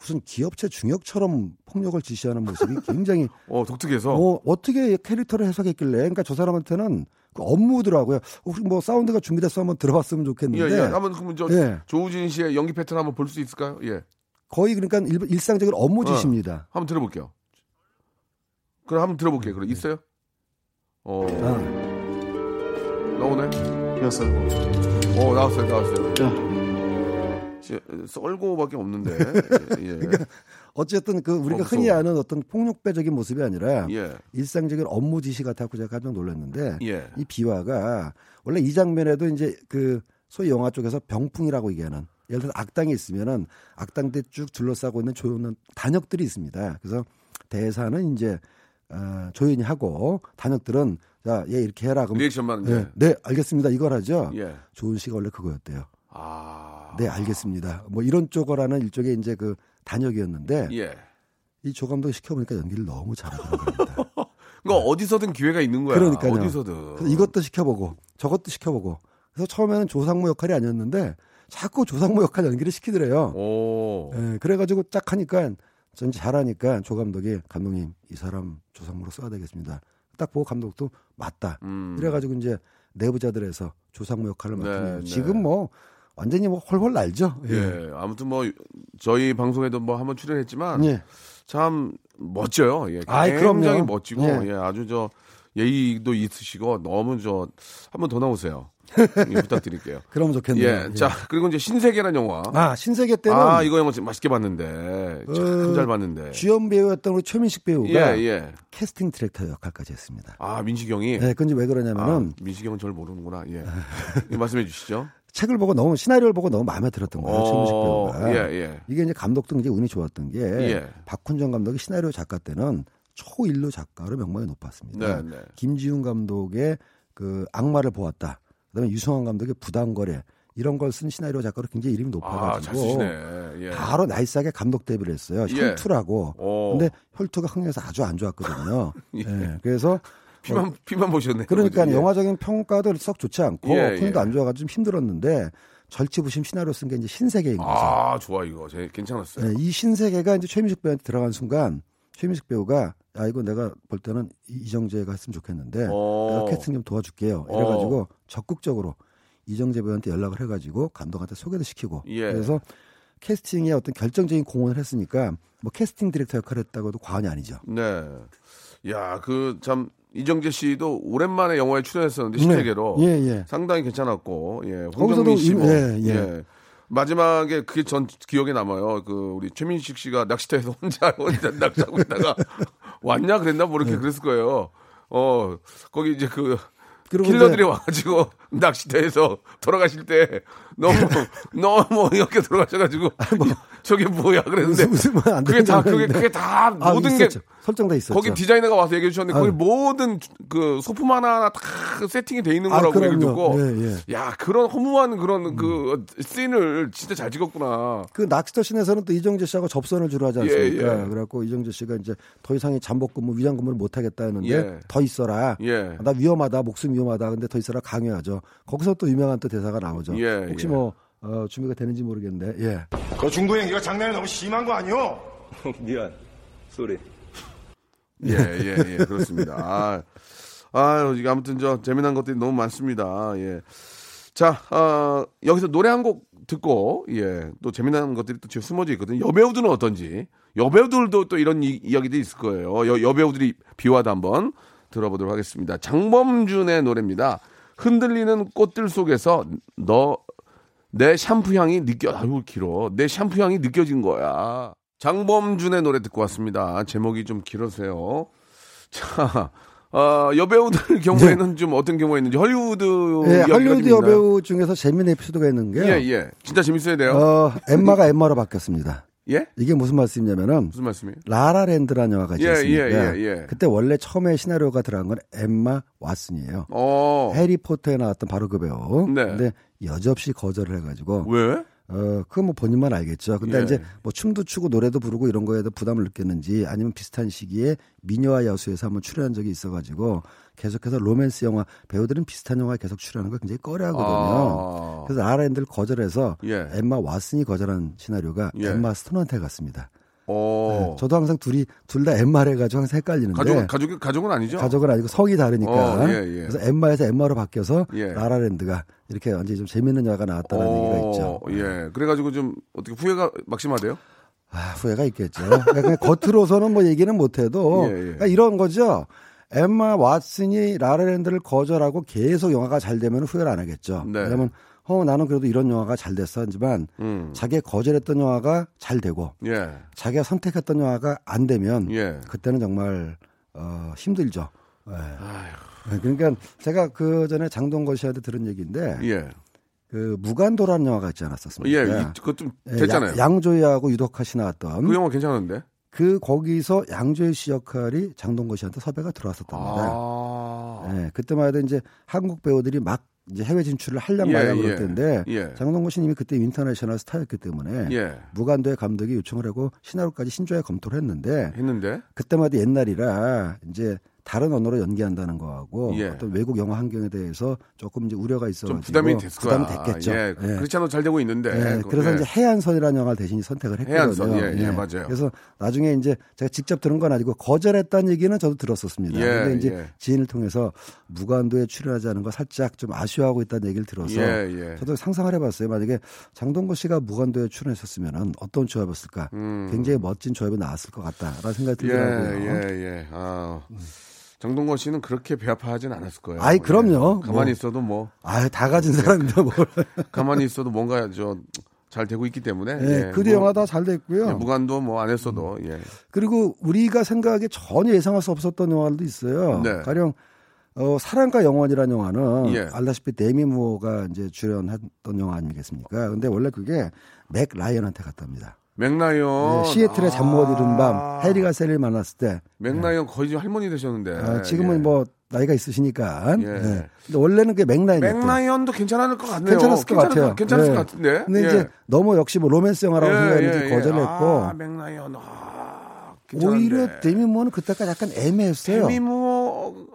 F: 무슨 기업체 중역처럼 폭력을 지시하는 모습이 굉장히
C: 어 독특해서
F: 어, 어떻게 캐릭터를 해석했길래 그러니까 저 사람한테는 그 업무더라고요. 혹시 뭐 사운드가 준비돼서 한번 들어봤으면
C: 예,
F: 좋겠는데
C: 예. 한번 그럼 저
F: 예.
C: 조우진 씨의 연기 패턴 한번 볼 수 있을까요? 예.
F: 거의 그러니까 일, 상적인
C: 어.
F: 업무짓입니다.
C: 한번 들어볼게요. 그럼 한번 들어볼게요. 그럼 있어요? 어.
F: 아,
C: 나오네. 썰고. 어 나왔어요, 나왔어요. 예, 썰고밖에 없는데. 예.
F: 그러니까 어쨌든 그 우리가
C: 어,
F: 흔히
C: 무서워.
F: 아는 어떤 폭력배적인 모습이 아니라
C: 예.
F: 일상적인 업무 지시 같아서 제가 깜짝 놀랐는데
C: 예.
F: 이 비화가 원래 이 장면에도 이제 그 소위 영화 쪽에서 병풍이라고 얘기하는 예를 들어 악당이 있으면은 악당들 쭉 둘러싸고 있는 조연은 단역들이 있습니다. 그래서 대사는 이제 어, 조연이 하고 단역들은 자얘 이렇게 해라 그럼
C: 리액션만 이제.
F: 네, 네 알겠습니다 이걸 하죠.
C: 예.
F: 조은 씨가 원래 그거였대요.
C: 아.
F: 네 알겠습니다. 뭐 이런 쪽을 하는 일종의 이제 그 단역이었는데
C: 예.
F: 이 조감독 시켜보니까 연기를 너무 잘하더라고요. 그러니까.
C: 그러니까 어디서든 기회가 있는 거야.
F: 그러니까요.
C: 어디서든.
F: 그래서 이것도 시켜보고 저것도 시켜보고 그래서 처음에는 조상모 역할이 아니었는데 자꾸 조상모 역할 연기를 시키더래요.
C: 오.
F: 예, 그래가지고 딱 하니까 전 잘하니까 조 감독이 감독님 이 사람 조상모로 써야 되겠습니다. 딱 보고 감독도 맞다.
C: 음.
F: 이래가지고 이제 내부자들에서 조상모 역할을
C: 네,
F: 맡은 네,
C: 네.
F: 지금 뭐 완전히 뭐 훨훨 날죠. 예.
C: 예. 아무튼 뭐 저희 방송에도 뭐 한번 출연했지만
F: 예.
C: 참 멋져요. 예.
F: 아이, 그럼요.
C: 굉장히 멋지고
F: 예.
C: 예. 아주 저 예의도 있으시고 너무 저 한번 더 나오세요. 예, 부탁드릴게요.
F: 그러면 좋겠네요.
C: 예. 자, 그리고 이제 신세계란 영화. 아,
F: 아 신세계 때는
C: 이거 영화 진짜 맛있게 봤는데. 참
F: 어,
C: 잘 봤는데.
F: 주연 배우였던 우리 최민식
C: 예,
F: 배우가
C: 예.
F: 캐스팅 디렉터 역할까지 했습니다.
C: 아, 민식이 형이
F: 네, 아, 근데 왜 그러냐면은
C: 아, 민식이 형은 저를 모르는구나. 예. 예, 말씀해 주시죠.
F: 책을 보고 너무 시나리오를 보고 너무 마음에 들었던 거예요. 최민식
C: 어,
F: 배우가.
C: 예, 예.
F: 이게 이제 감독도 굉장히 운이 좋았던 게
C: 예.
F: 박훈정 감독이 시나리오 작가 때는 초일류 작가로 명망이 높았습니다.
C: 네, 네.
F: 김지훈 감독의 그 악마를 보았다. 그다음에 유성환 감독의 부당거래 이런 걸 쓴 시나리오 작가로 굉장히 이름이
C: 아, 잘
F: 높아가지고
C: 쓰시네. 예.
F: 바로 나이스하게 감독 데뷔를 했어요.
C: 예.
F: 혈투라고.
C: 오.
F: 근데 혈투가 흥행에서 아주 안 좋았거든요. 예, 그래서
C: 피만 피만 보셨네.
F: 그러니까
C: 예.
F: 영화적인 평가도 썩 좋지 않고
C: 예,
F: 흥행도
C: 예.
F: 안 좋아가지고 좀 힘들었는데 절치부심 시나리오 쓴 게 이제 신세계인 거죠.
C: 아, 좋아 이거. 제 괜찮았어요.
F: 네, 이 신세계가 이제 최민식 배우한테 들어간 순간 최민식 배우가 아 이거 내가 볼 때는 이- 이정재가 했으면 좋겠는데
C: 어.
F: 내가 캐스팅 좀 도와줄게요. 이래가지고 적극적으로 이정재 배우한테 연락을 해가지고 감독한테 소개도 시키고
C: 예.
F: 그래서 캐스팅에 어떤 결정적인 공헌을 했으니까 뭐 캐스팅 디렉터 역할을 했다고도 과언이 아니죠.
C: 네. 야, 그 참 이정재 씨도 오랜만에 영화에 출연했었는데
F: 네.
C: 신세계로
F: 예, 예.
C: 상당히 괜찮았고 예,
F: 거기서도
C: 홍정민 씨
F: 임-
C: 뭐,
F: 예, 예.
C: 마지막에 그게 전 기억에 남아요. 그 우리 최민식 씨가 낚시터에서 혼자 혼자 낚시하고 있다가 왔냐 그랬나 뭐 이렇게 그랬을 거예요. 어 거기 이제 그
F: 그리고
C: 킬러들이
F: 이제-
C: 와가지고 낚시터에서 돌아가실 때 너무 너무 이렇게 돌아가셔가지고
F: 뭐.
C: 저게 뭐야 그랬는데
F: 웃음- 웃으면 안
C: 그게 다
F: 되는
C: 그게
F: 건데.
C: 그게 다
F: 아,
C: 모든 게
F: 있었죠. 설정돼 있었죠.
C: 거기 디자이너가 와서 얘기해 주셨는데 거기
F: 아유.
C: 모든 그 소품 하나하나 다 세팅이 돼 있는
F: 아,
C: 거라고 얘기
F: 그럼요.
C: 듣고
F: 예, 음.
C: 야 그런 허무한 그런 그 씬을 진짜 잘 찍었구나
F: 그 낚시터 씬에서는 또 이정재 씨하고 접선을 주로 하지 않습니까?
C: 예, 예.
F: 그래갖고 이정재 씨가 이제 더 이상의 잠복 근무, 위장 근무를 못 하겠다 하는데
C: 예.
F: 더 있어라.
C: 예.
F: 나 위험하다, 목숨 위험하다. 근데 더 있어라 강요하죠. 거기서 또 유명한 또 대사가 나오죠.
C: 예,
F: 혹시
C: 예.
F: 뭐 어, 준비가 되는지 모르겠는데. 예.
D: 너 중구형 네가 장난이 너무 심한 거 아니오?
H: 미안. 쏘리.
C: 예예예 그렇습니다 아, 아 이게 아무튼 저 재미난 것들이 너무 많습니다 예. 예자 어, 여기서 노래 한 곡 듣고 예또 재미난 것들이 또 지금 숨어져 있거든요 여배우들은 어떤지 여배우들도 또 이런 이, 이야기들이 있을 거예요 여, 여배우들이 비와도 한번 들어보도록 하겠습니다 장범준의 노래입니다 흔들리는 꽃들 속에서 너 내 샴푸 향이 느껴 아유 길어 내 샴푸 향이 느껴진 거야 장범준의 노래 듣고 왔습니다 제목이 좀 길어서요 자 어, 여배우들 경우에는 좀 어떤 경우가 있는지 헐리우드
F: 예,
C: 어, 이야기가
F: 네. 헐리우드
C: 좀 있나요?
F: 여배우 중에서 재미있는 에피소드가 있는 게
C: 예, 예. 진짜 재밌어야 돼요.
F: 어, 엠마가 엠마로 바뀌었습니다.
C: 예?
F: 이게 무슨 말씀이냐면은
C: 무슨 말씀이에요?
F: 라라랜드라는 영화가 있지
C: 예,
F: 않습니까?
C: 예, 예, 예.
F: 그때 원래 처음에 시나리오가 들어간 건 엠마 왓슨이에요.
C: 어.
F: 해리포터에 나왔던 바로 그 배우.
C: 네.
F: 근데 여지없이 거절을 해가지고
C: 왜?
F: 어 그건 뭐 본인만 알겠죠. 근데
C: 예.
F: 이제 뭐 춤도 추고 노래도 부르고 이런 거에도 부담을 느꼈는지 아니면 비슷한 시기에 미녀와 야수에서 한번 출연한 적이 있어가지고 계속해서 로맨스 영화 배우들은 비슷한 영화에 계속 출연하는 걸 굉장히 꺼려하거든요.
C: 아.
F: 그래서 아라인들 거절해서
C: 예.
F: 엠마 왓슨이 거절한 시나리오가
C: 예.
F: 엠마 스톤한테 갔습니다.
C: 어.
F: 네, 저도 항상 둘이 둘 다 엠마를 해가지고 항상 헷갈리는데
C: 가족 가족 가족은 아니죠?
F: 어. 가족은 아니고 성이 다르니까.
C: 어, 예, 예.
F: 그래서 엠마에서 엠마로 바뀌어서
C: 예.
F: 라라랜드가 이렇게 완전히 좀 재밌는 영화가 나왔다는 얘기가 있죠. 네.
C: 어, 예. 그래가지고 좀 어떻게 후회가 막심하대요?
F: 아, 후회가 있겠죠. 그러니까 그냥 겉으로서는 뭐 얘기는 못해도
C: 예, 예.
F: 그러니까 이런 거죠. 엠마 왓슨이 라라랜드를 거절하고 계속 영화가 잘 되면 후회를 안 하겠죠.
C: 네.
F: 왜냐면 어 나는 그래도 이런 영화가 잘 됐어 하지만
C: 음.
F: 자기가 거절했던 영화가 잘 되고
C: 예.
F: 자기가 선택했던 영화가 안 되면
C: 예.
F: 그때는 정말 어, 힘들죠. 예. 네, 그러니까 제가 그 전에 장동건 씨한테 들은 얘기인데
C: 예.
F: 그 무간도라는 영화가 있지
C: 예.
F: 않았었습니까?
C: 이- 그거 좀
F: 예,
C: 됐잖아요.
F: 양- 양조위하고 유덕화 씨 나왔던
C: 그
F: 그,
C: 영화 괜찮은데?
F: 거기서 양조위 씨 역할이 장동건 씨한테 섭외가 들어왔었답니다.
C: 아.
F: 예, 그때만 해도 이제 한국 배우들이 막 이제 해외 진출을 하려고
C: 예,
F: 말려
C: 예.
F: 그럴 때인데
C: 예.
F: 장동건 씨님이 그때 인터내셔널 스타였기 때문에
C: 예.
F: 무간도의
C: 예.
F: 감독이 요청을 하고 시나리오까지 신중하게 검토를 했는데
C: 했는데?
F: 그때마다 옛날이라 이제 다른 언어로 연기한다는 거하고
C: 예.
F: 어떤 외국 영화 환경에 대해서 조금 이제 우려가 있어
C: 좀 부담이 됐을 거야.
F: 겠죠
C: 예, 그렇지 않아도 잘 되고 있는데.
F: 예,
C: 그-
F: 그래서
C: 예.
F: 이제 해안선이라는 영화를 대신 선택을 했거든요.
C: 해안선, 예, 예, 맞아요.
F: 그래서 나중에 이제 제가 직접 들은 건 아니고 거절했다는 얘기는 저도 들었었습니다.
C: 예,
F: 근데 이제
C: 예.
F: 지인을 통해서 무관도에 출연하지 않은 거 살짝 좀 아쉬워하고 있다는 얘기를 들어서
C: 예, 예.
F: 저도 상상을 해봤어요. 만약에 장동건 씨가 무관도에 출연했었으면 어떤 조합이었을까? 굉장히 멋진 조합이 나왔을 것 같다라는 생각이
C: 음. 예,
F: 들더라고요.
C: 예, 예. 아, 장동건 씨는 그렇게 배아파하진 않았을 거예요.
F: 아이, 그럼요.
C: 예. 가만히
F: 뭐.
C: 있어도 뭐,
F: 아, 다 가진 사람인데 뭘?
C: 가만히 있어도 뭔가 저 잘 되고 있기 때문에.
F: 예,
C: 예,
F: 그도
C: 뭐,
F: 영화 다 잘 됐고요. 음.
C: 예, 무관도 뭐 안 했어도 예.
F: 그리고 우리가 생각하기에 전혀 예상할 수 없었던 영화들도 있어요.
C: 네.
F: 가령 어, 사랑과 영원이라는 영화는
C: 예.
F: 알다시피 데미 무어가 이제 출연했던 영화 아니겠습니까? 근데 원래 그게 맥 라이언한테 갔답니다.
C: 맥라이언
F: 네, 시애틀의 잠 못 이룬
C: 어, 아,
F: 밤 해리가 셀을 만났을 때
C: 맥라이언 거의 지금 할머니 되셨는데.
F: 어, 지금은
C: 예.
F: 뭐 나이가 있으시니까.
C: 예.
F: 네. 근데 원래는 그게 맥라이언이었대요.
C: 맥라이언도 괜찮을 것 같네요.
F: 괜찮았을 것
C: 괜찮을-
F: 같아요.
C: 괜찮을
F: 네.
C: 것 같은데.
F: 근데
C: 예.
F: 이제 너무 역시 뭐 로맨스 영화라고 생각했는데 거절했고
C: 아, 맥라이언. 아, 괜찮은데.
F: 오히려 데미 무어는 그때까지 약간 애매했어요. 예.
C: 데미모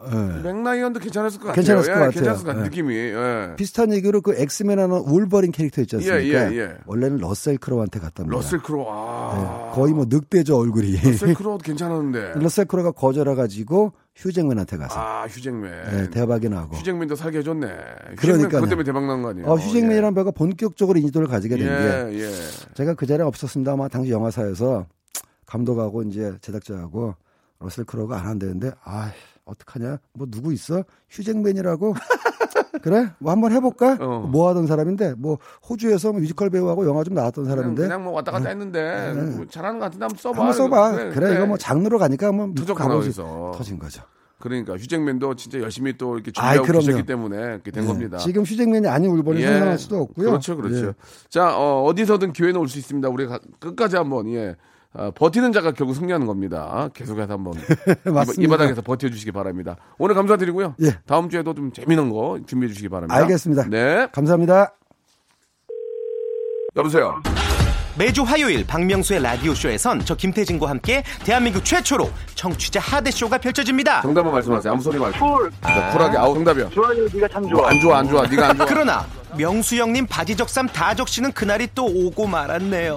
C: 아, 맥라이언도 괜찮았을 것 같아요.
F: 괜찮았을 것
C: 예,
F: 같아요.
C: 괜찮았을 것 같은
F: 예.
C: 느낌이. 예.
F: 비슷한 얘기로 그 엑스맨하는 울버린 캐릭터 있지 않습니까?
C: 예, 예, 예.
F: 원래는 러셀 크로우한테 갔답니다.
C: 러셀 크로 아
F: 거의 뭐 늑대죠 얼굴이.
C: 러셀 크로도 괜찮았는데.
F: 러셀 크로우가 거절해가지고 휴잭맨한테 가서
C: 아 휴잭맨.
F: 예, 대박이 나고.
C: 휴잭맨도 살게 해줬네. 휴잭맨
F: 그러니까요.
C: 그것 때문에 대박 난 거 아니에요?
F: 어, 휴잭맨이라는 배우가 본격적으로 인지도를 가지게
C: 예,
F: 된 게
C: 예. 예.
F: 제가 그 자리에 없었습니다. 아마 당시 영화사에서 감독하고 이제 제작자하고 러셀 크로우가 안 한다는데 아 어떡하냐? 뭐 누구 있어? 휴잭맨이라고? 그래? 뭐 한번 해볼까?
C: 어.
F: 뭐 하던 사람인데 뭐 호주에서 뮤지컬 배우하고 영화 좀 나왔던
C: 그냥,
F: 사람인데 예.
C: 그냥 뭐 왔다 갔다 했는데 뭐 잘하는 것 같은데 한번 써봐. 네,
F: 한번 써봐.
C: 그래,
F: 그래,
C: 그래.
F: 이거 뭐 장르로 가니까 한번
C: 터졌구나,
F: 가보지.
C: 거기서.
F: 터진 거죠.
C: 그러니까 휴잭맨도 진짜 열심히 또 이렇게
F: 아이,
C: 준비하고
F: 그럼요. 예.
C: 계셨기 때문에 이렇게 된 겁니다.
F: 지금 휴잭맨이 아닌 울버린
C: 네. 예.
F: 상상할 수도 없고요.
C: 그렇죠, 그렇죠.
F: 예.
C: 자, 어, 어디서든 기회는 올 수 있습니다. 우리가 끝까지 한번 예. 아, 버티는 자가 결국 승리하는 겁니다. 계속해서 한번 이, 바- 이
F: 예. 맞습니다.
C: 바닥에서 버텨주시기 바랍니다. 오늘 감사드리고요.
F: 예.
C: 다음 주에도 좀 재미난 거 준비해 주시기 바랍니다.
F: 알겠습니다.
C: 네,
F: 감사합니다.
C: 여보세요.
I: 매주 화요일 박명수의 라디오 쇼에선 저 김태진과 함께 대한민국 최초로 청취자 하대 쇼가 펼쳐집니다.
C: 정답만 말씀하세요. 아무 소리 말고. 쿨. 쿨하게. 아우 정답이야. 좋아요. 네가 참 좋아. 안 좋아, 안 좋아. 네가 안 좋아.
I: 그러나 명수 형님 바지 적삼 다 적시는 그날이 또 오고 말았네요.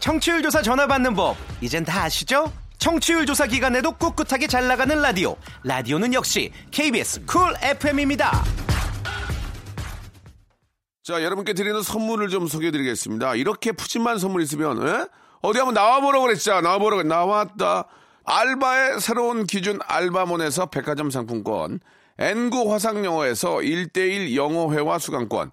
I: 청취율 조사 전화 받는 법 이젠 다 아시죠? 청취율 조사 기간에도 꿋꿋하게 잘 나가는 라디오 라디오는 역시 KBS 쿨 FM입니다.
C: 자, 여러분께 드리는 선물을 좀 소개해 드리겠습니다. 이렇게 푸짐한 선물 있으면, 에? 어디 한번 나와보라고 그랬잖아. 나와보라고. 그랬- 나왔다. 알바의 새로운 기준 알바몬에서 백화점 상품권. N구 화상영어에서 1대1 영어회화 수강권.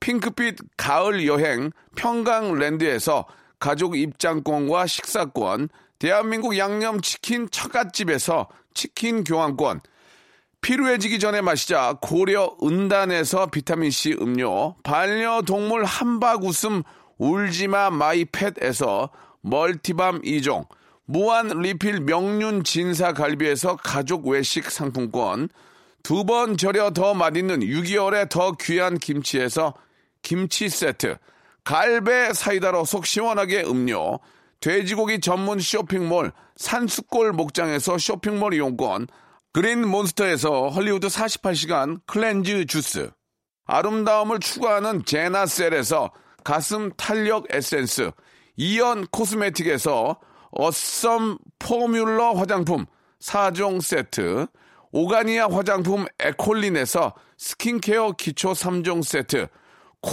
C: 핑크빛 가을 여행 평강랜드에서 가족 입장권과 식사권, 대한민국 양념치킨 처갓집에서 치킨 교환권, 피로해지기 전에 마시자 고려 은단에서 비타민C 음료, 반려동물 한박 웃음 울지마 마이펫에서 멀티밤 2종, 무한 리필 명륜 진사 갈비에서 가족 외식 상품권, 두 번 절여 더 맛있는 6개월의 더 귀한 김치에서 김치 세트, 갈배 사이다로 속 시원하게 음료, 돼지고기 전문 쇼핑몰 산수골 목장에서 쇼핑몰 이용권, 그린 몬스터에서 헐리우드 48시간 클렌즈 주스, 아름다움을 추구하는 제나셀에서 가슴 탄력 에센스, 이연 코스메틱에서 어썸 포뮬러 화장품 4종 세트, 오가니아 화장품 에콜린에서 스킨케어 기초 3종 세트,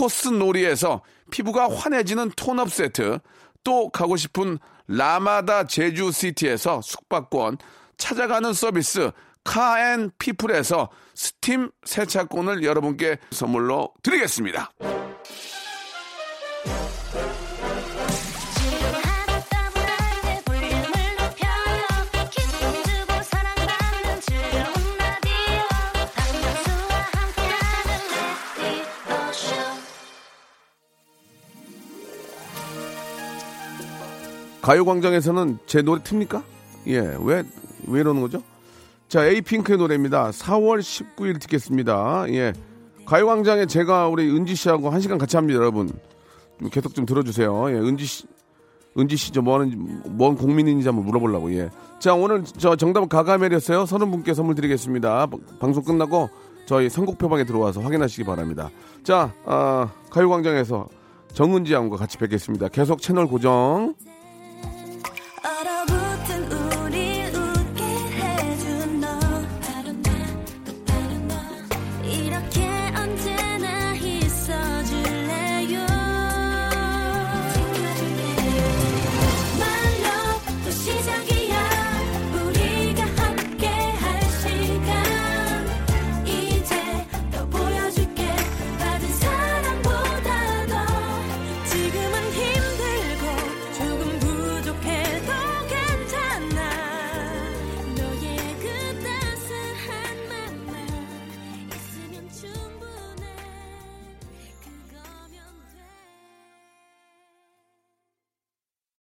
C: 코스놀이에서 피부가 환해지는 톤업 세트, 또 가고 싶은 라마다 제주시티에서 숙박권, 찾아가는 서비스 카앤피플에서 스팀 세차권을 여러분께 선물로 드리겠습니다. 가요광장에서는 제 노래 틉니까? 예, 왜, 왜 이러는 거죠? 자, 에이핑크의 노래입니다. 4월 19일 듣겠습니다. 예. 가요광장에 제가 우리 은지 씨하고 한 시간 같이 합니다, 여러분. 좀 계속 좀 들어주세요. 예, 은지 씨. 은지 씨저 뭐하는지 뭔 국민인지 한번 물어보려고 예. 자 오늘 저 정답은 가가멜이었어요. 서른 분께 선물 드리겠습니다. 바- 방송 끝나고 저희 선곡표방에 들어와서 확인하시기 바랍니다. 자 아, 가요광장에서 정은지 양과 같이 뵙겠습니다. 계속 채널 고정.